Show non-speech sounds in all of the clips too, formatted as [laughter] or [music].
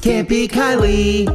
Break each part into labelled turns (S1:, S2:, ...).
S1: Can't be Kylie.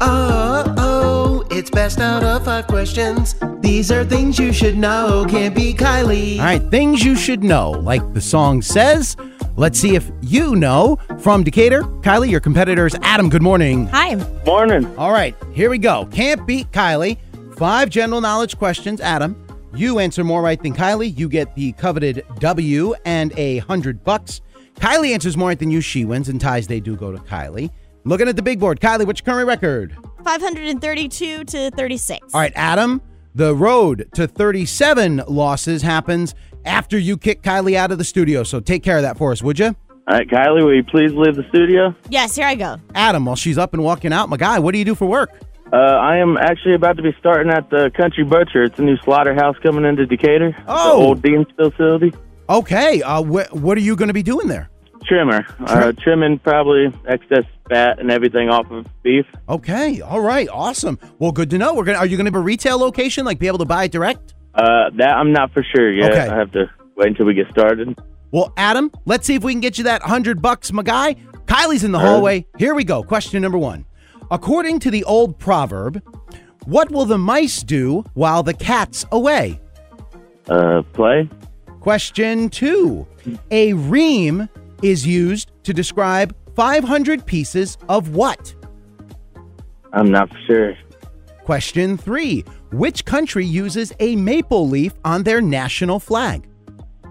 S1: Oh, oh, it's best out of five questions. These are things you should know. Can't be Kylie.
S2: All right, things you should know. Like the song says, let's see if you know. From Decatur, Kylie, your competitors, Adam, good morning.
S3: Hi.
S4: Morning.
S2: All right, here we go. Can't beat Kylie. Five general knowledge questions, Adam. You answer more right than Kylie, you get the coveted W and a hundred bucks. Kylie answers more right than you, she wins, and ties they do go to Kylie. Looking at the big board, Kylie, what's your current record?
S3: 532 to 36.
S2: All right, Adam, the road to 37 losses happens after you kick Kylie out of the studio. So take care of that for us, would you?
S4: All right, Kylie, will you please leave the studio?
S3: Yes, here I go.
S2: Adam, while she's up and walking out, my guy, what do you do for work?
S4: Uh, I am actually about to be starting at the Country Butcher. It's a new slaughterhouse coming into Decatur.
S2: Oh.
S4: The old Dean's facility.
S2: Okay, uh, wh- what are you going to be doing there?
S4: Trimmer. Uh, trimming probably excess fat and everything off of beef.
S2: Okay, all right, awesome. Well, good to know. We're gonna. Are you going to be a retail location, like be able to buy it direct?
S4: Uh, that I'm not for sure yet.
S2: Okay.
S4: I have to wait until we get started.
S2: Well, Adam, let's see if we can get you that hundred bucks, my guy. Kylie's in the hallway. Here we go. Question number one. According to the old proverb, what will the mice do while the cat's away?
S4: Uh, play.
S2: Question two. A ream is used to describe 500 pieces of what?
S4: I'm not for sure.
S2: Question three. Which country uses a maple leaf on their national flag?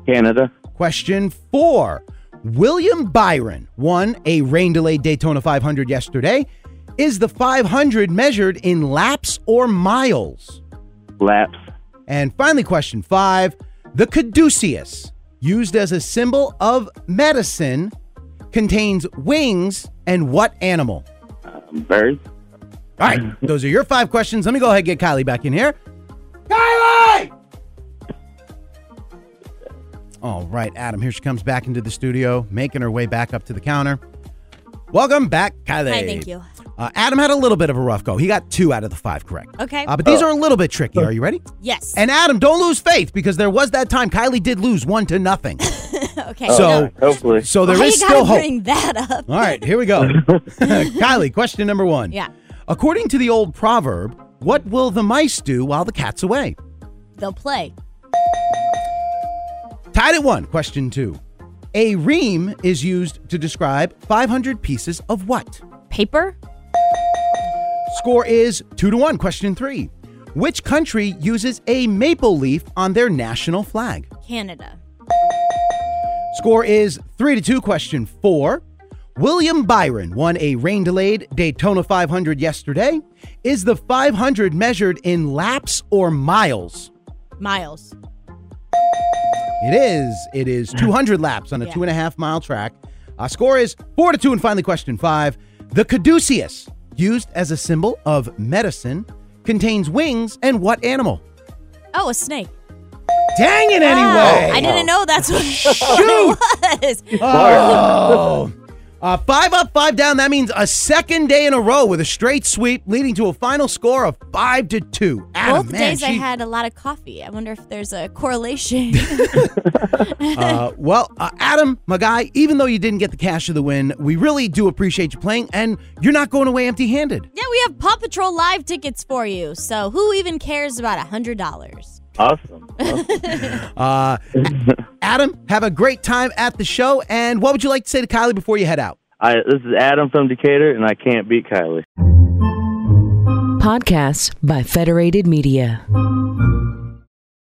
S4: Canada.
S2: Question four. William Byron won a rain delayed Daytona 500 yesterday. Is the 500 measured in laps or miles?
S4: Laps.
S2: And finally, question five. The caduceus, used as a symbol of medicine, contains wings and what animal?
S4: Birds.
S2: All right, those are your five questions. Let me go ahead and get Kylie back in here. Kylie! All right, Adam, here she comes back into the studio, making her way back up to the counter. Welcome back, Kylie.
S3: Hi, thank you.
S2: Uh, Adam had a little bit of a rough go. He got two out of the five correct.
S3: Okay.
S2: Uh, but these are a little bit tricky. Are you ready?
S3: Yes.
S2: And Adam, don't lose faith because there was that time Kylie did lose one to nothing.
S3: okay.
S2: So,
S4: Hopefully.
S2: Oh. so there
S3: [laughs] Why
S2: is
S3: you
S2: still
S3: gotta
S2: hope.
S3: bring that up.
S2: All right, here we
S3: [laughs]
S2: go. [laughs] Kylie, question number one.
S3: Yeah.
S2: According to the old proverb, what will the mice do while the cat's away?
S3: They'll play.
S2: Tied at one. Question two. A ream is used to describe 500 pieces of what?
S3: Paper?
S2: Score is two to one. Question three. Which country uses a maple leaf on their national flag?
S3: Canada.
S2: Score is three to two. Question four. William Byron won a rain delayed Daytona 500 yesterday. Is the 500 measured in laps or miles?
S3: Miles.
S2: It is. It is 200 laps on a
S3: Mm. Yeah.
S2: two and a half mile track. Our score is four to two. And finally, question five: The caduceus, used as a symbol of medicine, contains wings and what animal?
S3: Oh, a snake.
S2: Dang it!
S3: Oh, I
S2: Anyway,
S3: didn't know that's
S2: [laughs]
S3: what
S2: Shoot.
S3: it was.
S2: Oh. Uh, five up, five down. That means a second day in a row with a straight sweep, leading to a final score of five to two. Adam,
S3: Both
S2: man,
S3: days I
S2: she-
S3: had a lot of coffee. I wonder if there's a correlation. [laughs]
S2: Uh, well, uh, Adam, my guy, even though you didn't get the cash of the win, we really do appreciate you playing, and you're not going away empty-handed.
S3: yeah, we have Paw Patrol live tickets for you. So who even cares about a hundred dollars?
S4: Awesome.
S2: Uh, A- Adam, have a great time at the show. And what would you like to say to Kylie before you head out?
S4: I, this is Adam from Decatur, and I can't beat Kylie.
S5: Podcasts by Federated Media.